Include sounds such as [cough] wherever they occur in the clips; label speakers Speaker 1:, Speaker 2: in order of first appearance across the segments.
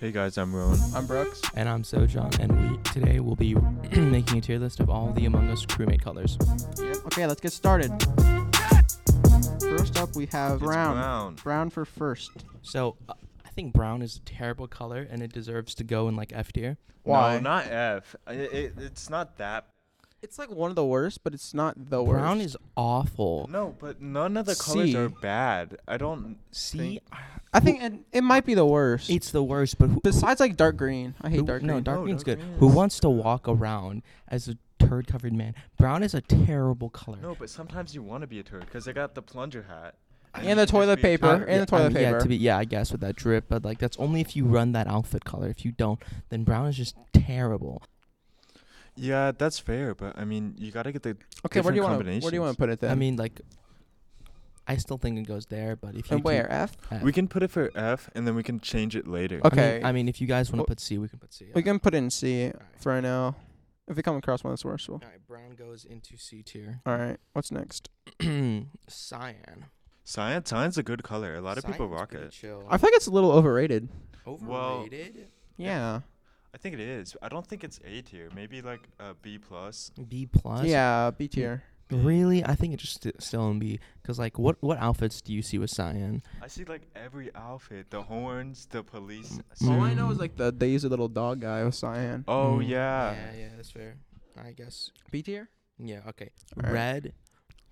Speaker 1: Hey guys, I'm Rowan.
Speaker 2: I'm Brooks.
Speaker 3: And I'm Sojan, and we today will be [clears throat] making a tier list of all the Among Us crewmate colors.
Speaker 2: Yep. Okay, let's get started. First up, we have
Speaker 1: It's
Speaker 2: brown. brown.
Speaker 1: Brown.
Speaker 2: for first.
Speaker 3: So uh, I think brown is a terrible color, and it deserves to go in like F tier.
Speaker 2: Why?
Speaker 1: No, not F. I- it- it's not that.
Speaker 2: It's like one of the worst, but it's not the worst.
Speaker 3: Brown is awful.
Speaker 1: No, but none of the colors
Speaker 2: C.
Speaker 1: are bad. I don't
Speaker 3: See,
Speaker 1: think-
Speaker 2: I think it, it might be the worst.
Speaker 3: it's the worst. But who?
Speaker 2: Besides like dark green. I hate
Speaker 3: who-
Speaker 2: dark
Speaker 3: no,
Speaker 2: green.
Speaker 3: dark
Speaker 1: No,
Speaker 3: green's
Speaker 1: dark
Speaker 3: good.
Speaker 1: green
Speaker 3: Who
Speaker 1: is-
Speaker 3: wants to walk around as a turd-covered man? Brown is a terrible color.
Speaker 1: No, but sometimes you want to be a turd because I got the plunger hat.
Speaker 2: And
Speaker 1: you
Speaker 2: the
Speaker 1: can just
Speaker 2: toilet
Speaker 1: be a
Speaker 2: paper,
Speaker 1: turd.
Speaker 2: and the toilet
Speaker 3: Uh, yeah,
Speaker 2: paper.
Speaker 3: to be yeah, I guess with that drip, but like that's only if you run that outfit color. If you don't, then brown is just terrible.
Speaker 1: Yeah, that's fair, but I mean, you gotta get the.
Speaker 2: okay, where do you
Speaker 1: different
Speaker 2: want to where do you
Speaker 1: combinations.
Speaker 2: want to put it then?
Speaker 3: I mean, like, I still think it goes there, but if you
Speaker 2: and
Speaker 3: keep-
Speaker 2: where F? Oh.
Speaker 3: F.
Speaker 1: We can put it for F, and then we can change it later.
Speaker 3: I mean- I
Speaker 2: Okay.
Speaker 3: mean, if you guys want
Speaker 2: Well-
Speaker 3: to put C, we can put C.
Speaker 2: We can put it in C
Speaker 3: Alright.
Speaker 2: for right now. If we come across one that's worse, we'll.
Speaker 3: All right, brown goes into C tier.
Speaker 2: All right. What's next?
Speaker 3: [clears throat] Cyan.
Speaker 1: Cyan, cyan's a good color. A lot of people rock it.
Speaker 3: Chill.
Speaker 2: I feel like it's a little overrated.
Speaker 1: Well-
Speaker 3: Overrated.
Speaker 2: Yeah.
Speaker 1: I think it is. I don't think it's A tier. Maybe like a B plus.
Speaker 3: B plus.
Speaker 2: yeah. B tier.
Speaker 3: Really, I think it's just st- still in B. Cause like, what what outfits do you see with Cyan?
Speaker 1: I see like every outfit, the horns, the police.
Speaker 2: All
Speaker 1: suit.
Speaker 2: I know is like the they use a little dog guy with cyan.
Speaker 1: Oh
Speaker 3: Mm.
Speaker 1: yeah.
Speaker 3: yeah, that's fair. I guess.
Speaker 2: B tier.
Speaker 3: Yeah. Okay.
Speaker 2: All right.
Speaker 3: Red.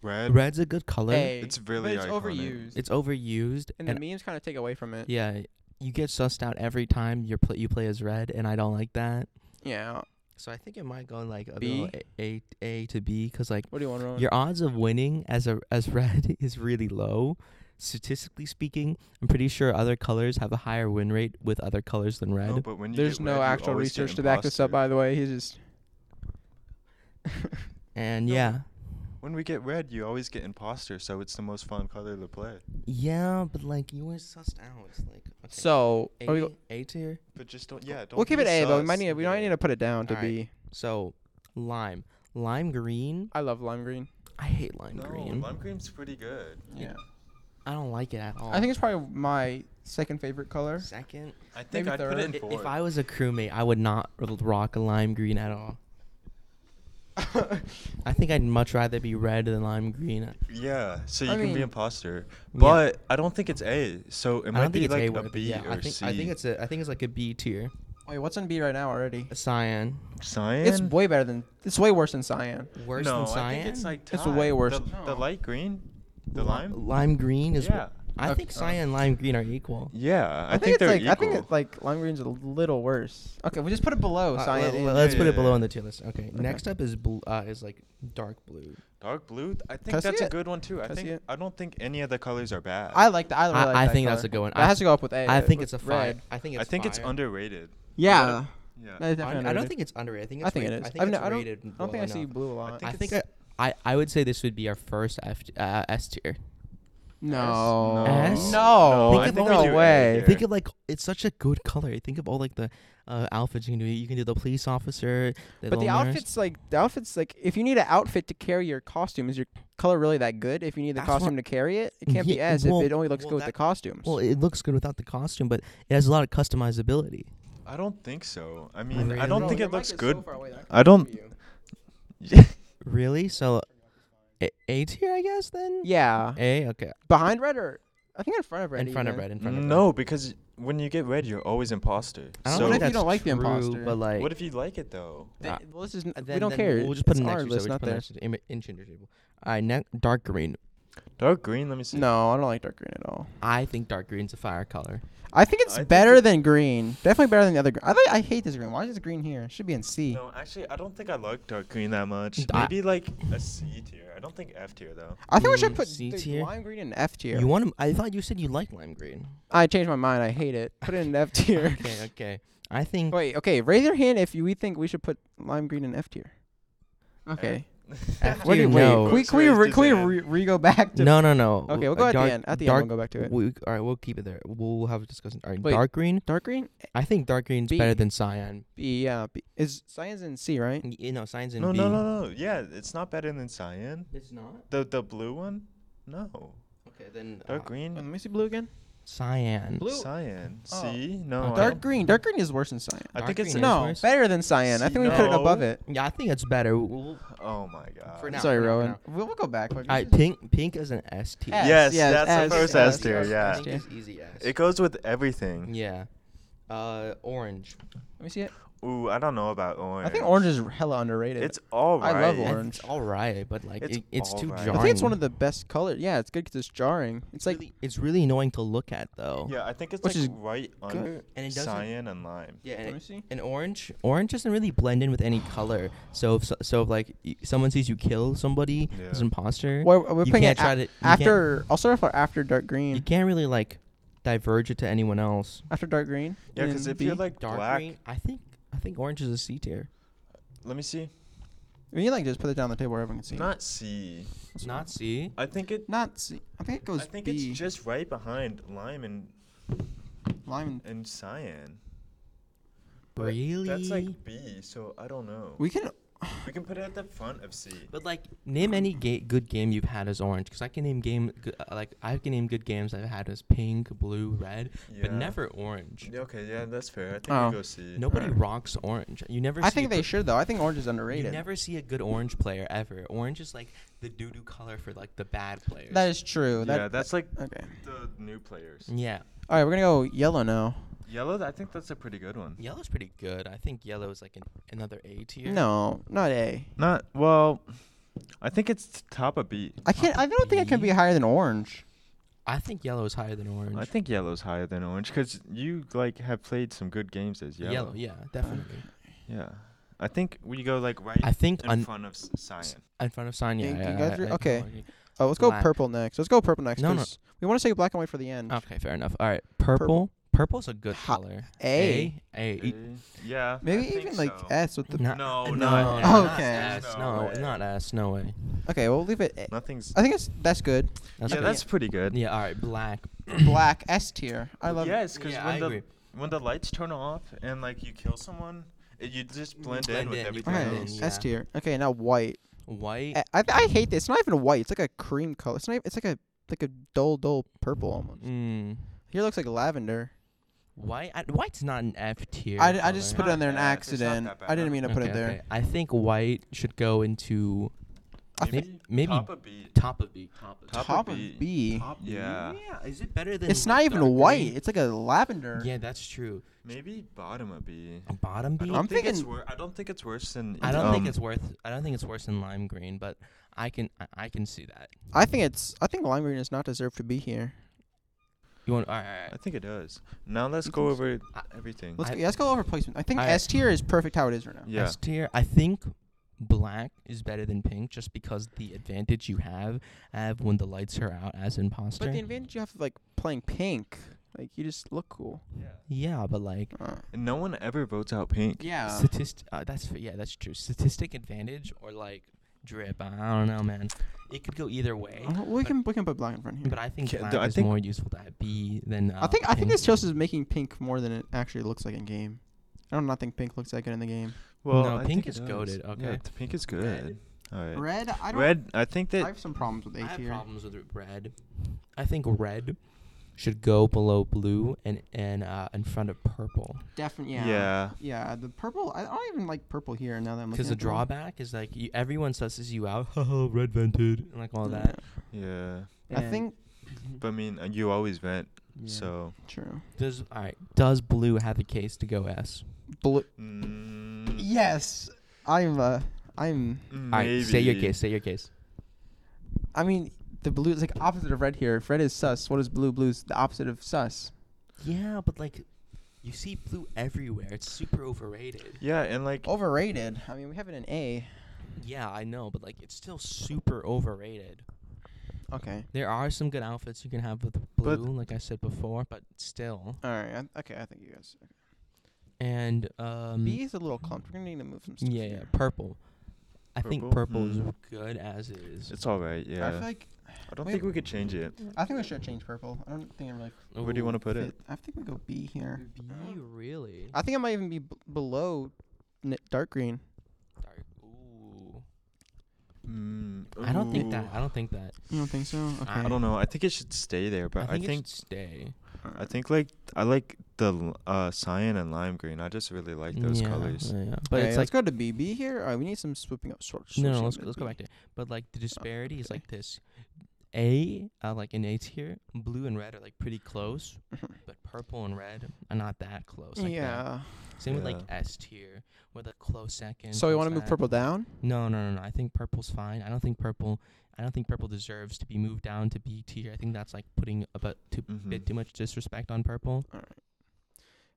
Speaker 1: red.
Speaker 3: Red's a good color.
Speaker 2: A.
Speaker 1: It's
Speaker 2: but
Speaker 1: really
Speaker 2: it's
Speaker 1: iconic.
Speaker 2: overused.
Speaker 3: It's overused.
Speaker 2: and the memes kind of take away from it.
Speaker 3: yeah, you get sussed out every time you play you play as red, and I don't like that.
Speaker 2: Yeah.
Speaker 3: So I think it might go like a
Speaker 2: B?
Speaker 3: little A, A, A to B, cause like
Speaker 2: What do you want, Rowan?
Speaker 3: your odds of winning as a as [laughs] red is really low. Statistically speaking, I'm pretty sure other colors have a higher win rate with other colors than red.
Speaker 2: Oh,
Speaker 1: No, but when you
Speaker 2: There's
Speaker 1: get
Speaker 2: no
Speaker 1: red, you
Speaker 2: actual
Speaker 1: always get
Speaker 2: research to back this up,
Speaker 1: imposter.
Speaker 2: by the way. He's just.
Speaker 3: and
Speaker 1: No.
Speaker 3: yeah,
Speaker 1: When we get red, you always get imposter, so it's the most fun color to play.
Speaker 3: yeah, but like you were sussed out. It's like okay.
Speaker 2: So
Speaker 3: A,
Speaker 2: are we, go-
Speaker 3: A tier.
Speaker 1: But just don't. Yeah, don't.
Speaker 2: we'll keep
Speaker 1: be
Speaker 2: it A, but we
Speaker 1: sus.
Speaker 2: might need we might need to put it down to
Speaker 3: Alright.
Speaker 2: B.
Speaker 3: So lime, lime green.
Speaker 2: I love lime green.
Speaker 3: I hate lime
Speaker 1: No,
Speaker 3: green.
Speaker 1: lime green's pretty good.
Speaker 2: Yeah.
Speaker 3: I don't like it at all.
Speaker 2: I think it's probably my second favorite color.
Speaker 3: second.
Speaker 1: I think
Speaker 2: Maybe
Speaker 1: I'd put it
Speaker 2: third.
Speaker 1: in
Speaker 3: I-
Speaker 1: fourth.
Speaker 3: If I was a crewmate, I would not r- rock a lime green at all.
Speaker 2: [laughs]
Speaker 3: I think I'd much rather be red than lime green.
Speaker 1: [laughs] yeah, so you
Speaker 2: I
Speaker 1: can
Speaker 2: mean-
Speaker 1: be imposter,
Speaker 3: Yeah.
Speaker 1: but I don't think it's A. So it
Speaker 3: I
Speaker 1: might
Speaker 3: don't think
Speaker 1: be
Speaker 3: it's
Speaker 1: like
Speaker 3: A
Speaker 1: a
Speaker 3: word, but
Speaker 1: B
Speaker 3: yeah,
Speaker 1: or
Speaker 3: I think,
Speaker 1: C.
Speaker 3: I think it's a. I think it's like a B tier.
Speaker 2: Wait, what's in B right now already?
Speaker 3: A cyan.
Speaker 1: cyan.
Speaker 2: It's way better than it's way worse than cyan.
Speaker 3: Worse
Speaker 1: no,
Speaker 3: than cyan.
Speaker 1: I think it's like
Speaker 2: It's way
Speaker 1: tied.
Speaker 2: worse.
Speaker 1: The,
Speaker 2: No.
Speaker 1: the light green, the
Speaker 3: Li-
Speaker 1: lime.
Speaker 3: Lime green is.
Speaker 1: Yeah.
Speaker 3: Yeah. I
Speaker 2: Okay.
Speaker 3: think cyan and lime green are equal.
Speaker 1: Yeah, I,
Speaker 2: I
Speaker 1: think,
Speaker 2: it's
Speaker 1: they're
Speaker 2: like
Speaker 1: equal.
Speaker 2: I think it, like lime green's a little worse. Okay, we just put it below
Speaker 3: Uh,
Speaker 2: cyan.
Speaker 3: let-
Speaker 2: and-
Speaker 3: let's
Speaker 1: yeah,
Speaker 3: put
Speaker 1: yeah,
Speaker 3: it below
Speaker 1: yeah.
Speaker 3: on the tier list. Okay. Next up is blue. Uh, is like dark blue.
Speaker 1: Dark blue. th- I
Speaker 2: I
Speaker 1: think
Speaker 2: see
Speaker 1: that's a
Speaker 2: it?
Speaker 1: good one too. I
Speaker 2: Can I see
Speaker 1: think
Speaker 2: it?
Speaker 1: I don't think any of the colors are bad.
Speaker 2: I like that. I, really
Speaker 3: I-
Speaker 2: like
Speaker 3: I
Speaker 2: that
Speaker 3: think
Speaker 2: color.
Speaker 3: that's a good one.
Speaker 2: That
Speaker 3: I-
Speaker 2: has to go up with A.
Speaker 3: I think
Speaker 2: with
Speaker 3: it's a fire.
Speaker 2: red.
Speaker 3: I think it's.
Speaker 1: I think it's
Speaker 3: fire.
Speaker 1: underrated.
Speaker 2: Yeah.
Speaker 1: Yeah.
Speaker 2: That is definitely
Speaker 3: I, I don't
Speaker 2: underrated.
Speaker 3: think it's underrated. I think it's
Speaker 2: I think it
Speaker 3: rated-
Speaker 2: is.
Speaker 3: I think
Speaker 2: I've
Speaker 3: it's
Speaker 2: no- I don't-
Speaker 3: rated
Speaker 2: I don't think
Speaker 3: well
Speaker 2: I see
Speaker 3: enough.
Speaker 2: blue a lot.
Speaker 1: think
Speaker 3: I think I,
Speaker 1: it's-
Speaker 3: I, I would say this would be our first F, uh, S tier.
Speaker 2: No.
Speaker 3: S?
Speaker 2: No.
Speaker 3: Think
Speaker 2: I
Speaker 3: of
Speaker 2: think
Speaker 3: all
Speaker 2: no
Speaker 3: the-
Speaker 2: way.
Speaker 1: Yeah.
Speaker 3: Think of like it's such a good color. Think of all like the uh, outfits you can do. You can do the police officer. The
Speaker 2: But the
Speaker 3: little nurse.
Speaker 2: outfits, like the outfits, like if you need an outfit to carry your costume, is your color really that good? If you need the
Speaker 3: That's what-
Speaker 2: costume to carry it, it can't be
Speaker 3: Yeah,
Speaker 2: S
Speaker 3: well-
Speaker 2: if it only looks
Speaker 3: well,
Speaker 2: good with
Speaker 3: that-
Speaker 2: the costumes.
Speaker 3: Well, it looks good without the costume, but it has a lot of customizability.
Speaker 1: I don't think so. I mean, I
Speaker 3: Really?
Speaker 1: don't
Speaker 3: Bro,
Speaker 1: think
Speaker 3: your
Speaker 1: it looks good. [laughs] I don't-
Speaker 2: don't.
Speaker 3: Really? So, A, a tier, I guess then.
Speaker 2: yeah,
Speaker 3: A. Okay.
Speaker 2: behind red or I think in front of red.
Speaker 3: in front of
Speaker 2: even.
Speaker 3: red. In front of red.
Speaker 1: no, because when you get red, you're always imposter.
Speaker 3: I don't
Speaker 1: so
Speaker 2: What if
Speaker 3: think
Speaker 2: you
Speaker 3: that's
Speaker 2: don't like the
Speaker 3: true,
Speaker 2: imposter?
Speaker 3: But like,
Speaker 1: what if you like it though?
Speaker 2: They-
Speaker 3: Ah.
Speaker 2: Uh, well, this is n-
Speaker 3: uh,
Speaker 2: we
Speaker 3: then-
Speaker 2: don't
Speaker 3: then
Speaker 2: care.
Speaker 3: We'll just put
Speaker 2: it's
Speaker 3: an
Speaker 2: our
Speaker 3: extra.
Speaker 2: list,
Speaker 3: so we
Speaker 2: not
Speaker 3: just put an
Speaker 2: theirs.
Speaker 3: extra im- inch under table. All right. Ne- dark green.
Speaker 1: Dark green. Let me see.
Speaker 2: No, I don't like dark green at all.
Speaker 3: I think dark green's a fire color.
Speaker 2: I think it's
Speaker 1: I think
Speaker 2: better
Speaker 1: it-
Speaker 2: than green. Definitely better than the other green. I like, I hate this green. Why is this green here? It should be in C.
Speaker 1: No, actually, I don't think I like dark green that much.
Speaker 3: I-
Speaker 1: Maybe like a C tier. I don't think F tier though.
Speaker 2: I think we
Speaker 3: Mm,
Speaker 2: should put
Speaker 3: C
Speaker 2: the
Speaker 3: tier?
Speaker 2: lime green in F tier.
Speaker 3: You want 'em- I thought you said you liked lime green.
Speaker 2: I changed my mind. I hate it. Put it in F
Speaker 3: [laughs]
Speaker 2: tier. [laughs]
Speaker 3: Okay. Okay. I think.
Speaker 2: Wait, okay. Raise your hand if you, we think we should put lime green in F tier. Okay.
Speaker 1: [laughs]
Speaker 3: F
Speaker 2: What do
Speaker 3: tier,
Speaker 2: you, wait,
Speaker 3: no.
Speaker 2: can we, can we,
Speaker 1: Raised
Speaker 2: re,
Speaker 1: his
Speaker 2: can we
Speaker 1: hand.
Speaker 2: re, re go back to?
Speaker 3: No, no, no.
Speaker 2: Okay,
Speaker 3: A
Speaker 2: we'll go at
Speaker 3: dark-
Speaker 2: the end. At the
Speaker 3: dark,
Speaker 2: end, we'll go back to it.
Speaker 3: We, all right, we'll keep it there. We'll we'll have a discussion. All right,
Speaker 2: Wait.
Speaker 3: dark green.
Speaker 2: Dark green.
Speaker 3: I think dark green's
Speaker 2: B.
Speaker 3: better than cyan.
Speaker 2: B. Yeah. B. Is science in C right?
Speaker 3: Y- You know, cyan's in
Speaker 1: No,
Speaker 3: B.
Speaker 1: no, no, no. Yeah, it's not better than cyan.
Speaker 3: It's not.
Speaker 1: The the blue one. No.
Speaker 3: Okay, then
Speaker 1: Dark
Speaker 3: uh,
Speaker 1: green,
Speaker 4: Let me see blue again.
Speaker 3: cyan.
Speaker 4: Blue.
Speaker 1: cyan.
Speaker 4: Oh.
Speaker 1: See, no, I
Speaker 2: Dark
Speaker 1: don't-
Speaker 2: green. Dark green is worse than cyan.
Speaker 1: I
Speaker 3: Dark
Speaker 1: think it's
Speaker 3: green
Speaker 1: a-
Speaker 3: is
Speaker 2: No,
Speaker 3: worse.
Speaker 2: better than cyan. I think we put it above
Speaker 1: No.
Speaker 2: it.
Speaker 3: Yeah, I think it's better. We'll-
Speaker 1: Oh my god.
Speaker 3: For now.
Speaker 2: Sorry,
Speaker 3: for now, for
Speaker 2: Rowan.
Speaker 3: now.
Speaker 2: We'll, we'll go back. but
Speaker 3: All right,
Speaker 2: this is-
Speaker 3: pink. Pink is an S tier.
Speaker 2: S,
Speaker 1: Yes,
Speaker 2: yes,
Speaker 1: that's
Speaker 2: S,
Speaker 1: the first
Speaker 2: yes,
Speaker 1: S tier.
Speaker 2: yes,
Speaker 1: Yeah,
Speaker 2: yes.
Speaker 3: Pink is easy S.
Speaker 1: it goes with everything.
Speaker 3: yeah. Uh, orange.
Speaker 2: Let me see it.
Speaker 1: Ooh, I don't know about orange.
Speaker 2: I think orange is hella underrated.
Speaker 1: It's all
Speaker 2: I
Speaker 1: right.
Speaker 2: love
Speaker 3: I-
Speaker 2: orange.
Speaker 3: It's all right, but like
Speaker 1: It's
Speaker 3: it, it's
Speaker 1: all
Speaker 3: too
Speaker 1: right. I
Speaker 3: jarring.
Speaker 2: I think it's one of the best colors. Yeah, it's good because it's jarring. It's like
Speaker 3: really, it's really annoying to look at though.
Speaker 1: Yeah, I think it's
Speaker 2: Which
Speaker 1: like
Speaker 2: is
Speaker 1: right under
Speaker 3: And it doesn't-
Speaker 1: cyan and lime.
Speaker 3: Yeah,
Speaker 2: Let
Speaker 3: and,
Speaker 2: me see.
Speaker 3: and orange, orange doesn't really blend in with any color. So if so, so if like y- someone sees you kill somebody
Speaker 1: Yeah.
Speaker 3: as an imposter,
Speaker 2: Well, we're
Speaker 3: you
Speaker 2: putting
Speaker 3: can't
Speaker 2: it
Speaker 3: try
Speaker 2: a-
Speaker 3: to you can't-
Speaker 2: after. I'll start off with after dark
Speaker 3: you
Speaker 2: green.
Speaker 3: can't really like diverge it to anyone else.
Speaker 2: After dark green.
Speaker 1: Yeah,
Speaker 2: and
Speaker 1: because
Speaker 2: then
Speaker 1: if you're
Speaker 2: B.
Speaker 1: like
Speaker 3: Dark
Speaker 1: black,
Speaker 3: green, I think I think orange is a C tier.
Speaker 1: let me see.
Speaker 2: we can like just put it down the table where everyone can see.
Speaker 1: Not C.
Speaker 3: It's not C.
Speaker 1: I think it.
Speaker 2: not C. I think it
Speaker 1: I
Speaker 2: goes
Speaker 1: think
Speaker 2: B.
Speaker 1: it's just right behind lime and
Speaker 2: lime. and-
Speaker 1: and cyan. But
Speaker 3: Really?
Speaker 1: That's like B, so I don't know.
Speaker 2: We can.
Speaker 1: We can put it at the front of C.
Speaker 3: But like, name any ga- good game you've had as orange, because I can name game g- uh, like I can name good games I've had as pink, blue, red, but
Speaker 1: Yeah.
Speaker 3: never orange.
Speaker 1: Yeah, okay, yeah, that's fair. I think
Speaker 2: Oh.
Speaker 1: we go C.
Speaker 3: Nobody
Speaker 2: Alright.
Speaker 3: rocks orange. You never.
Speaker 2: I
Speaker 3: see a
Speaker 2: think they
Speaker 3: per-
Speaker 2: should though. I think orange is
Speaker 3: You
Speaker 2: underrated.
Speaker 3: never see a good orange player ever. Orange is like the doo doo color for like the bad players.
Speaker 2: That is true. That,
Speaker 1: yeah, that's like
Speaker 2: okay.
Speaker 1: the new players.
Speaker 3: yeah,
Speaker 2: All right, we're gonna go yellow now.
Speaker 1: Yellow, I think that's a pretty good one.
Speaker 3: yellow's pretty good. I think yellow is like an, another A tier.
Speaker 2: No, not A.
Speaker 1: Not well. I think it's top of B.
Speaker 2: I can't. I don't think it can be higher than orange.
Speaker 3: I think yellow is higher than orange.
Speaker 1: I think yellow's higher than orange because you like have played some good games as
Speaker 3: yellow.
Speaker 1: yellow.
Speaker 3: yeah, definitely.
Speaker 1: Yeah. I think we go like right
Speaker 3: I think
Speaker 1: in
Speaker 3: un-
Speaker 1: front of s- cyan.
Speaker 3: in front of Sonya.
Speaker 2: Think
Speaker 3: yeah,
Speaker 2: you guys
Speaker 3: I-
Speaker 2: re-
Speaker 3: I-
Speaker 2: okay. Oh, let's go
Speaker 3: Black.
Speaker 2: purple next. Let's go purple next.
Speaker 3: No, Oh. no.
Speaker 2: 'cause We want to say black and white for the end.
Speaker 3: Okay, fair enough. All right,
Speaker 2: Purple.
Speaker 3: purple. Purple's a good
Speaker 2: Ha-
Speaker 3: color.
Speaker 2: A.
Speaker 3: A. A. E-
Speaker 1: Eh, Yeah.
Speaker 2: Maybe even like S with the.
Speaker 3: Not,
Speaker 1: Oh, No,
Speaker 3: no,
Speaker 1: not
Speaker 3: no,
Speaker 1: S.
Speaker 3: not
Speaker 2: Okay.
Speaker 3: S,
Speaker 1: There's no
Speaker 3: No,
Speaker 1: way.
Speaker 3: not S. No way.
Speaker 2: Okay, we'll leave it. A.
Speaker 1: Nothing's.
Speaker 2: I think it's that's good.
Speaker 3: That's
Speaker 1: yeah,
Speaker 3: good.
Speaker 1: that's pretty good.
Speaker 3: yeah. All right, black. [clears throat]
Speaker 2: Black S tier. I love it.
Speaker 1: yes, because
Speaker 3: Yeah,
Speaker 1: when
Speaker 3: I
Speaker 1: the
Speaker 3: agree.
Speaker 1: when the lights turn off and like you kill someone, it, you just blend,
Speaker 3: blend
Speaker 1: in with
Speaker 3: in, you
Speaker 1: everything
Speaker 3: blend
Speaker 2: Okay,
Speaker 3: in,
Speaker 1: else.
Speaker 3: yeah.
Speaker 2: S tier. Okay, now white.
Speaker 3: White.
Speaker 2: I, I I hate this. It's not even white. It's like a cream color. It's not. Even, it's like a like a dull dull purple almost.
Speaker 3: Mm.
Speaker 2: Here looks like lavender.
Speaker 3: White. I, white's not an F tier.
Speaker 2: I, d- I just
Speaker 3: color.
Speaker 2: put it on there an
Speaker 1: Nah, it's not that
Speaker 2: accident.
Speaker 1: bad.
Speaker 2: I didn't mean to put
Speaker 3: Okay,
Speaker 2: it there.
Speaker 3: okay. I think white should go into
Speaker 2: I
Speaker 3: maybe maybe
Speaker 1: top of B.
Speaker 3: top of B. Top of B.
Speaker 1: Top,
Speaker 2: Top
Speaker 1: of
Speaker 2: of
Speaker 1: B.
Speaker 2: B.
Speaker 3: Top B?
Speaker 1: Yeah.
Speaker 3: Is it better than?
Speaker 2: It's
Speaker 3: like,
Speaker 2: not even
Speaker 3: dark
Speaker 2: white.
Speaker 3: green?
Speaker 2: It's like a lavender.
Speaker 3: Yeah, that's true.
Speaker 1: Maybe bottom of B.
Speaker 3: Bottom B.
Speaker 1: I don't
Speaker 3: I don't,
Speaker 2: I'm
Speaker 1: think it's
Speaker 2: thinking-
Speaker 1: wor- I don't think it's worse than.
Speaker 3: think
Speaker 1: um,
Speaker 3: it's worth. I don't think it's worse than lime green, but I can I, I can see that.
Speaker 2: I think it's. I think lime green is not deserved to be here.
Speaker 3: You want all right. All right.
Speaker 1: I think it does. Now let's go over
Speaker 3: I-
Speaker 1: everything.
Speaker 2: Let's
Speaker 3: I-
Speaker 2: go, yeah, let's go over placement. I think
Speaker 3: I-
Speaker 2: S tier is perfect how it is right now.
Speaker 1: Yeah.
Speaker 3: S tier. I think black is better than pink just because the advantage you have have when the lights are out as imposter.
Speaker 2: But the advantage you have of like playing pink, like you just look cool.
Speaker 3: yeah, but like
Speaker 2: Uh,
Speaker 1: And no one ever votes out pink.
Speaker 2: yeah.
Speaker 3: Statist- uh, that's f- yeah, that's true. Statistic advantage or like drip. I don't know, man. It could go either way.
Speaker 2: Uh, we
Speaker 3: but-
Speaker 2: can we can put black in front here.
Speaker 3: But I think
Speaker 1: Yeah,
Speaker 3: black
Speaker 1: th- I
Speaker 3: is
Speaker 1: think-
Speaker 3: more useful to B than uh,
Speaker 2: I think I think
Speaker 3: pink.
Speaker 2: this toast is making pink more than it actually looks like in game. I don't not think pink looks that good in the game.
Speaker 1: Well,
Speaker 3: No,
Speaker 1: I
Speaker 3: pink
Speaker 1: think
Speaker 3: is
Speaker 1: it does.
Speaker 3: goaded,
Speaker 1: Yeah,
Speaker 3: okay.
Speaker 1: th- pink is good.
Speaker 3: Red.
Speaker 1: All right.
Speaker 2: Red, I don't.
Speaker 1: Red, I think
Speaker 2: I
Speaker 1: that
Speaker 2: have some problems with
Speaker 3: I
Speaker 2: A
Speaker 3: have
Speaker 2: tier.
Speaker 3: problems with red. I think red should go below blue and and uh, in front of purple
Speaker 2: Definitely.
Speaker 1: yeah.
Speaker 2: Yeah. Yeah, The purple. I don't even like purple here. Now that I'm looking.
Speaker 3: because the
Speaker 2: at them.
Speaker 3: drawback is like you, everyone susses you out. [laughs] Haha, red vented and like all that.
Speaker 1: yeah.
Speaker 2: Yeah. I
Speaker 3: And-
Speaker 2: think
Speaker 1: But I mean, uh, you always vent,
Speaker 3: Yeah.
Speaker 1: so
Speaker 2: true.
Speaker 3: does all right? Does blue have a case to go S?
Speaker 2: Blue.
Speaker 1: mm,
Speaker 2: Yes, I'm. Uh, I'm.
Speaker 3: All right, say your
Speaker 1: maybe.
Speaker 3: case. Say your case.
Speaker 2: I mean, the blue is like opposite of red here. If red is sus, what is blue? Blue's the opposite of sus.
Speaker 3: Yeah, but like, you see blue everywhere. It's super overrated.
Speaker 1: Yeah, and like
Speaker 3: Oh.
Speaker 2: Overrated. I mean, we have it in A.
Speaker 3: Yeah, I know, but like, it's still super overrated.
Speaker 2: Okay.
Speaker 3: There are some good outfits you can have with blue,
Speaker 1: But-
Speaker 3: like I said before, but still.
Speaker 2: All right. I, okay. I think you guys.
Speaker 3: And um,
Speaker 2: B is a little clumped. We're gonna need to move some stuff.
Speaker 3: yeah, yeah,
Speaker 2: here.
Speaker 3: purple. I think
Speaker 1: Purple?
Speaker 3: purple
Speaker 1: Hmm.
Speaker 3: is good as is.
Speaker 1: it's all right. Yeah,
Speaker 2: I feel like
Speaker 1: I don't
Speaker 2: we-
Speaker 1: think we could change it.
Speaker 2: I think we should change purple. I don't think it really
Speaker 1: Where do you want to put it?
Speaker 2: fit. I think we go B here.
Speaker 3: B really
Speaker 2: I think it might even be b- below n- dark green.
Speaker 3: dark. Ooh.
Speaker 1: Mm,
Speaker 3: I don't think
Speaker 1: ooh.
Speaker 3: that. I don't think that.
Speaker 2: You don't think so? Okay.
Speaker 1: I don't know. I think it should stay there, but
Speaker 3: I think,
Speaker 1: I think
Speaker 3: it should stay.
Speaker 1: I think like I like the l- uh, cyan and lime green. I just really like those
Speaker 3: Yeah,
Speaker 1: colors.
Speaker 3: yeah, yeah. But
Speaker 2: Hey,
Speaker 3: it's
Speaker 2: let's
Speaker 3: like
Speaker 2: go to BB here. All right, we need some swooping up shorts.
Speaker 3: no, no. Let's, let's
Speaker 2: [laughs]
Speaker 3: go back to it. But like the disparity is
Speaker 2: okay.
Speaker 3: like this. A, uh, like in A tier, blue and red are like pretty close, but purple and red are not that close. Like That.
Speaker 2: yeah.
Speaker 3: Same with like
Speaker 1: Yeah.
Speaker 3: S tier, where the close second.
Speaker 2: So you
Speaker 3: close
Speaker 2: want to move
Speaker 3: that.
Speaker 2: purple down?
Speaker 3: No, no, no, no. I think purple's fine. I don't think purple. I don't think purple deserves to be moved down to B tier. I think that's like putting a bit too,
Speaker 2: Hmm.
Speaker 1: Mhm.
Speaker 3: bit too much disrespect on purple.
Speaker 2: All right.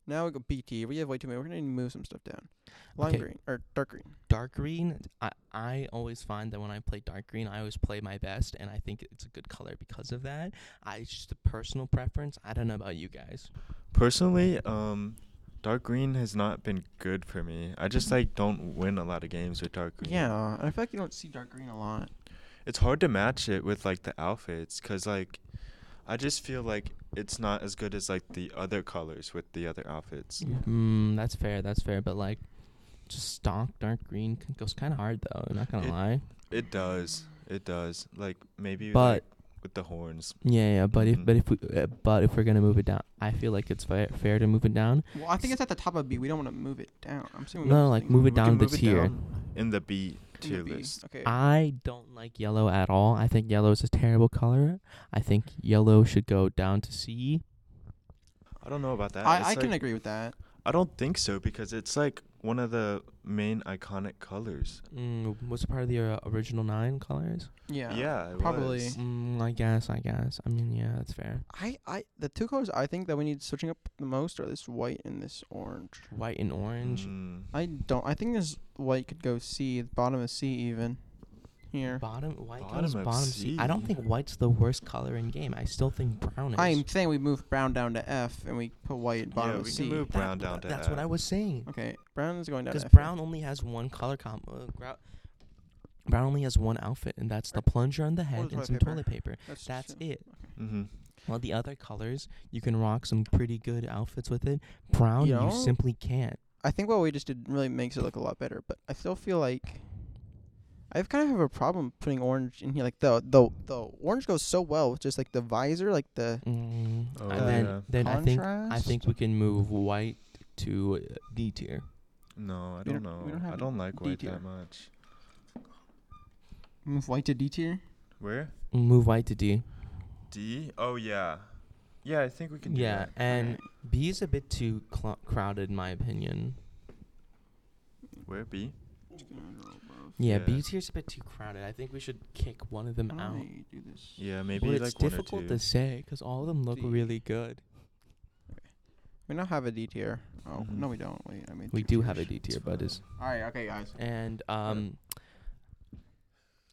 Speaker 2: Now we go BT. We have way too many. We're gonna need to move some stuff down. Lime
Speaker 3: Okay.
Speaker 2: green or dark green.
Speaker 3: Dark green. I I always find that when I play dark green, I always play my best, and I think it's a good color because of that. I it's just a personal preference. I don't know about you guys.
Speaker 1: Personally, um, dark green has not been good for me. I just like don't win a lot of games with dark green.
Speaker 2: Yeah, and I feel like you don't see dark green a lot.
Speaker 1: it's hard to match it with like the outfits because like i just feel like it's not as good as like the other colors with the other outfits
Speaker 2: Yeah.
Speaker 3: Mm, that's fair. That's fair. But like, just stock dark green c- goes kind of hard though. I'm not [laughs] gonna
Speaker 1: It-
Speaker 3: lie.
Speaker 1: it does it does like maybe like,
Speaker 3: But
Speaker 1: with the horns
Speaker 3: Yeah, yeah, but if
Speaker 1: Mhm.
Speaker 3: but if we uh, but if we're gonna move it down, I feel like it's fair, fair to move it down.
Speaker 2: Well, I think it's at the top of B. We don't want to move it down. I'm saying we
Speaker 3: No,
Speaker 2: move
Speaker 3: like,
Speaker 2: something
Speaker 3: move it
Speaker 1: We
Speaker 3: down Ah.
Speaker 1: can
Speaker 3: the
Speaker 1: move it
Speaker 3: tier.
Speaker 1: down in the b
Speaker 2: in the
Speaker 1: tier
Speaker 2: B.
Speaker 1: list
Speaker 2: Okay.
Speaker 3: I don't like yellow at all. I think yellow is a terrible color. I think yellow should go down to C.
Speaker 1: i don't know about that
Speaker 2: I,
Speaker 1: It's
Speaker 2: I can
Speaker 1: like-
Speaker 2: agree with that.
Speaker 1: i don't think so because it's like one of the main iconic colors
Speaker 3: Mm, was it part of the uh, original nine colors?
Speaker 2: Yeah.
Speaker 1: yeah, it
Speaker 2: probably.
Speaker 1: was.
Speaker 3: Mm, I guess. I guess. I mean, yeah, that's fair.
Speaker 2: I, I the two colors I think that we need switching up the most are this white and this orange.
Speaker 3: White and orange.
Speaker 1: Mm.
Speaker 2: I don't. I think this white could go C, the bottom of C even. Here.
Speaker 3: Bottom white
Speaker 1: Bottom
Speaker 3: goes
Speaker 1: of
Speaker 3: bottom C. I don't
Speaker 1: C.
Speaker 3: think white's the worst color in game. I still think brown is.
Speaker 2: I'm saying we move brown down to F and we put white at bottom
Speaker 1: Yeah,
Speaker 2: of
Speaker 1: we
Speaker 2: C.
Speaker 1: can move brown down to
Speaker 3: That's
Speaker 1: F.
Speaker 3: what I was saying.
Speaker 2: Okay, brown is going down. to
Speaker 3: Because
Speaker 2: F here.
Speaker 3: brown only has one color combo. Brown, brown only has one outfit, and that's the
Speaker 2: Or-
Speaker 3: plunger on the head
Speaker 2: the
Speaker 3: and
Speaker 2: toilet
Speaker 3: some
Speaker 2: paper.
Speaker 3: toilet paper.
Speaker 2: That's,
Speaker 3: That's
Speaker 2: true.
Speaker 3: it.
Speaker 1: Mm-hmm.
Speaker 3: Well, the other colors, you can rock some pretty good outfits with it. Brown,
Speaker 2: You know?
Speaker 3: you simply can't.
Speaker 2: I think what we just did really makes it look a lot better, but I still feel like I've kind of have a problem putting orange in here. Like the the the orange goes so well with just like the visor, like the
Speaker 3: Mm.
Speaker 1: Oh,
Speaker 3: and then,
Speaker 1: yeah.
Speaker 3: then I think I
Speaker 2: Contrast?
Speaker 3: think we can move white to uh, D tier.
Speaker 1: No, I
Speaker 2: We
Speaker 1: don't
Speaker 2: don't-
Speaker 1: know.
Speaker 2: we don't
Speaker 1: I
Speaker 2: have
Speaker 1: don't like
Speaker 2: D
Speaker 1: white
Speaker 2: tier.
Speaker 1: that much.
Speaker 2: move white to D tier.
Speaker 1: Where?
Speaker 3: Move white to D.
Speaker 1: D? Oh yeah, yeah. I think we can. Do
Speaker 3: Yeah,
Speaker 1: that.
Speaker 3: and
Speaker 2: Alright.
Speaker 3: B is a bit too cl- crowded, in my opinion.
Speaker 1: Where B?
Speaker 3: Yeah,
Speaker 1: Yeah.
Speaker 3: B tier's a bit too crowded. I think we should kick one of them out.
Speaker 2: do this?
Speaker 1: Yeah, maybe
Speaker 3: well,
Speaker 1: like
Speaker 3: it's difficult
Speaker 1: one or
Speaker 3: to
Speaker 1: two.
Speaker 3: say because all of them look
Speaker 2: D.
Speaker 3: really good.
Speaker 2: We now have a D tier. Oh
Speaker 1: Mhm.
Speaker 2: no, we don't. Wait, I mean
Speaker 3: We do have a D tier, but
Speaker 1: fine.
Speaker 3: is
Speaker 2: All right, okay, guys.
Speaker 3: [laughs] and um,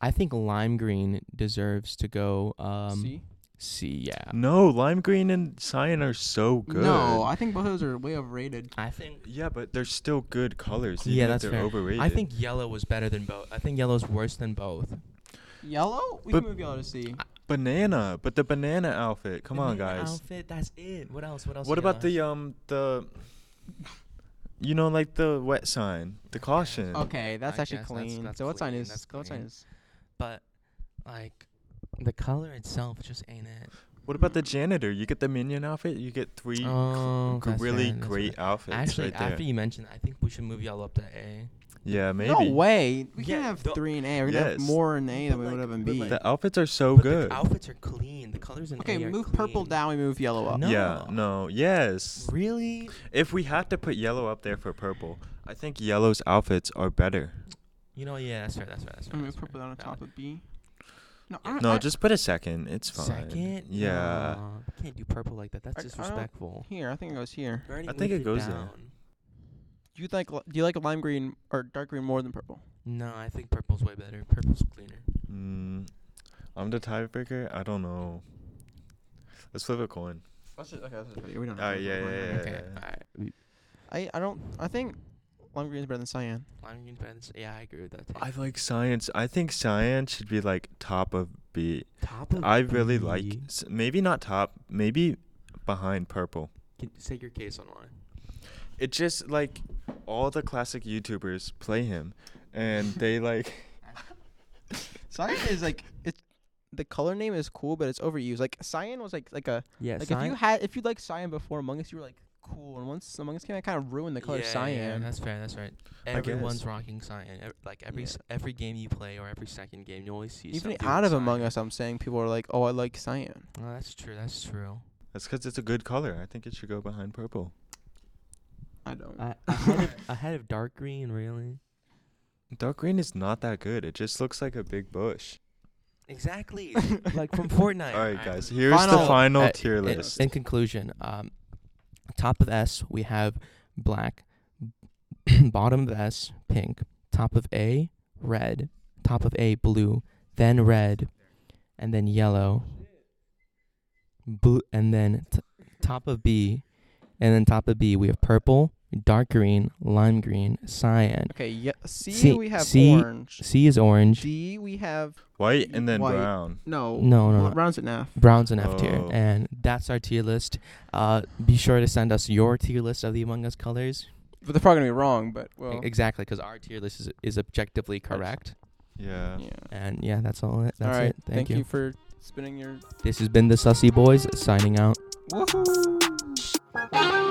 Speaker 3: I think lime green deserves to go um
Speaker 2: C.
Speaker 3: C, yeah.
Speaker 1: No, lime green and cyan are so good.
Speaker 2: No, I think both of those are way overrated.
Speaker 3: I think
Speaker 1: yeah, but they're still good colors. Even
Speaker 3: Yeah,
Speaker 1: if
Speaker 3: that's
Speaker 1: they're
Speaker 3: fair.
Speaker 1: overrated.
Speaker 3: I think yellow was better than both. I think yellow's worse than both.
Speaker 2: Yellow? We
Speaker 1: But-
Speaker 2: can move yellow to C.
Speaker 1: banana, but the banana outfit. Come on,
Speaker 3: Banana
Speaker 1: guys.
Speaker 3: Outfit, that's it. What else? What else?
Speaker 1: What
Speaker 3: do you
Speaker 1: about
Speaker 3: like?
Speaker 1: the um the you know like the wet sign, the caution.
Speaker 3: Oh.
Speaker 2: Okay, that's
Speaker 3: I
Speaker 2: actually
Speaker 3: guess that's-
Speaker 2: clean.
Speaker 3: that's
Speaker 2: so what's on
Speaker 3: clean,
Speaker 2: is
Speaker 3: that's
Speaker 2: so what's on
Speaker 3: clean.
Speaker 2: is
Speaker 3: But like the color itself just ain't it.
Speaker 1: What about the janitor? You get the minion outfit. You get three cl-
Speaker 3: Oh,
Speaker 1: g-
Speaker 3: that's
Speaker 1: really
Speaker 3: fair, that's
Speaker 1: great
Speaker 3: fair.
Speaker 1: outfits
Speaker 3: Actually,
Speaker 1: right there.
Speaker 3: after you mentioned, I think we should move yellow up to A.
Speaker 1: yeah, maybe.
Speaker 2: No way. We
Speaker 3: Yeah,
Speaker 2: can't have
Speaker 3: the-
Speaker 2: three in A. We're gonna
Speaker 1: Yes.
Speaker 2: have more in A
Speaker 3: But
Speaker 2: than we
Speaker 3: like-
Speaker 2: would have in
Speaker 3: but
Speaker 2: B.
Speaker 3: like-
Speaker 1: The outfits are so
Speaker 3: But
Speaker 1: Oh, good.
Speaker 3: The outfits are clean. The colors in
Speaker 2: okay,
Speaker 3: A are
Speaker 2: move purple
Speaker 3: clean.
Speaker 2: down. We move yellow up.
Speaker 3: No.
Speaker 1: Yeah, no, yes.
Speaker 3: Really?
Speaker 1: If we had to put yellow up there for purple, I think yellow's outfits are better.
Speaker 3: You know, yeah, that's fair. That's fair. That's fair.
Speaker 2: And move
Speaker 3: that's fair.
Speaker 2: purple down on top
Speaker 3: Valid.
Speaker 2: of B. No,
Speaker 3: Yeah.
Speaker 2: I,
Speaker 1: No,
Speaker 3: [laughs]
Speaker 2: I-
Speaker 1: just put a second. It's fine.
Speaker 3: Second?
Speaker 1: Yeah.
Speaker 3: No, you can't do purple like that. That's
Speaker 2: I- I don't-
Speaker 3: disrespectful.
Speaker 2: here. I think it goes here.
Speaker 3: You already
Speaker 1: I think
Speaker 3: moved
Speaker 1: it goes there.
Speaker 3: down.
Speaker 2: Do you like? li- Do you like lime green or dark green more than purple?
Speaker 3: No, I think purple's way better. Purple's cleaner.
Speaker 1: Mm, I'm the tiebreaker. I don't know. Let's flip a coin.
Speaker 2: That's just, okay, that's just we
Speaker 1: have
Speaker 2: don't.
Speaker 1: to Oh, yeah, move yeah, yeah,
Speaker 3: Okay.
Speaker 1: yeah.
Speaker 3: Alright.
Speaker 2: I I don't. I think lime green is better than cyan.
Speaker 3: Lime green fence. Yeah, I agree with that. take.
Speaker 1: I like science. I think science should be like top of B.
Speaker 3: top of
Speaker 1: I really like
Speaker 3: B.
Speaker 1: s- maybe not top, maybe behind purple.
Speaker 3: Can, say your case on why.
Speaker 1: It just like
Speaker 2: [laughs]
Speaker 1: all the classic YouTubers play him, and they like
Speaker 2: Cyan is like it's the color name is cool, but it's overused. Like Cyan was like like a
Speaker 3: Yeah,
Speaker 2: like if you had if you liked Cyan before Among Us, you were like cool. And once Among Us came, out, kind of ruined the color Cyan.
Speaker 3: that's fair. That's right.
Speaker 1: I guess.
Speaker 3: Everyone's rocking cyan. Ev- Like every
Speaker 2: Yeah.
Speaker 3: s every game you play or every second game, you always see.
Speaker 2: Even
Speaker 3: something
Speaker 2: out
Speaker 3: with
Speaker 2: of Among
Speaker 3: cyan.
Speaker 2: Us, I'm saying people are like, oh, I like Cyan.
Speaker 3: Oh, that's true. That's true.
Speaker 1: That's because it's a good color. I think it should go behind purple.
Speaker 2: I don't.
Speaker 3: I, ahead, of, [laughs]
Speaker 2: [laughs]
Speaker 3: ahead of dark green, really.
Speaker 1: Dark green is not that good. It just looks like a big bush.
Speaker 2: [laughs]
Speaker 3: Exactly. like [laughs] from Fortnite.
Speaker 1: All right, guys. Here's
Speaker 2: Final-
Speaker 1: the final
Speaker 3: Uh,
Speaker 1: tier
Speaker 3: in-
Speaker 1: list.
Speaker 3: In conclusion, um, top of S we have black, [clears throat] bottom of S pink, top of A red, top of A blue, then red, and then yellow, blue, and then t- top of B, and then top of B we have purple, dark green, lime green, cyan.
Speaker 2: Okay, yeah. C,
Speaker 3: C-
Speaker 2: we have
Speaker 3: C-
Speaker 2: orange.
Speaker 3: C is orange.
Speaker 2: D we have
Speaker 1: White and then
Speaker 2: White.
Speaker 1: brown.
Speaker 2: no.
Speaker 3: No, no,
Speaker 2: Ro-
Speaker 3: no.
Speaker 2: Rounds it now.
Speaker 3: Browns and F tier,
Speaker 1: Oh.
Speaker 3: and that's our tier list. Uh, be sure to send us your tier list of the Among Us colors.
Speaker 2: But they're probably gonna be wrong. But well,
Speaker 3: E, Exactly, because our tier list is, is objectively correct.
Speaker 1: Yeah.
Speaker 2: yeah.
Speaker 3: And yeah, that's all. It,
Speaker 2: All
Speaker 3: that's
Speaker 2: right.
Speaker 3: it. Thank, you.
Speaker 2: for spinning your.
Speaker 3: This has been the Sussy Boys signing out.
Speaker 2: Woohoo!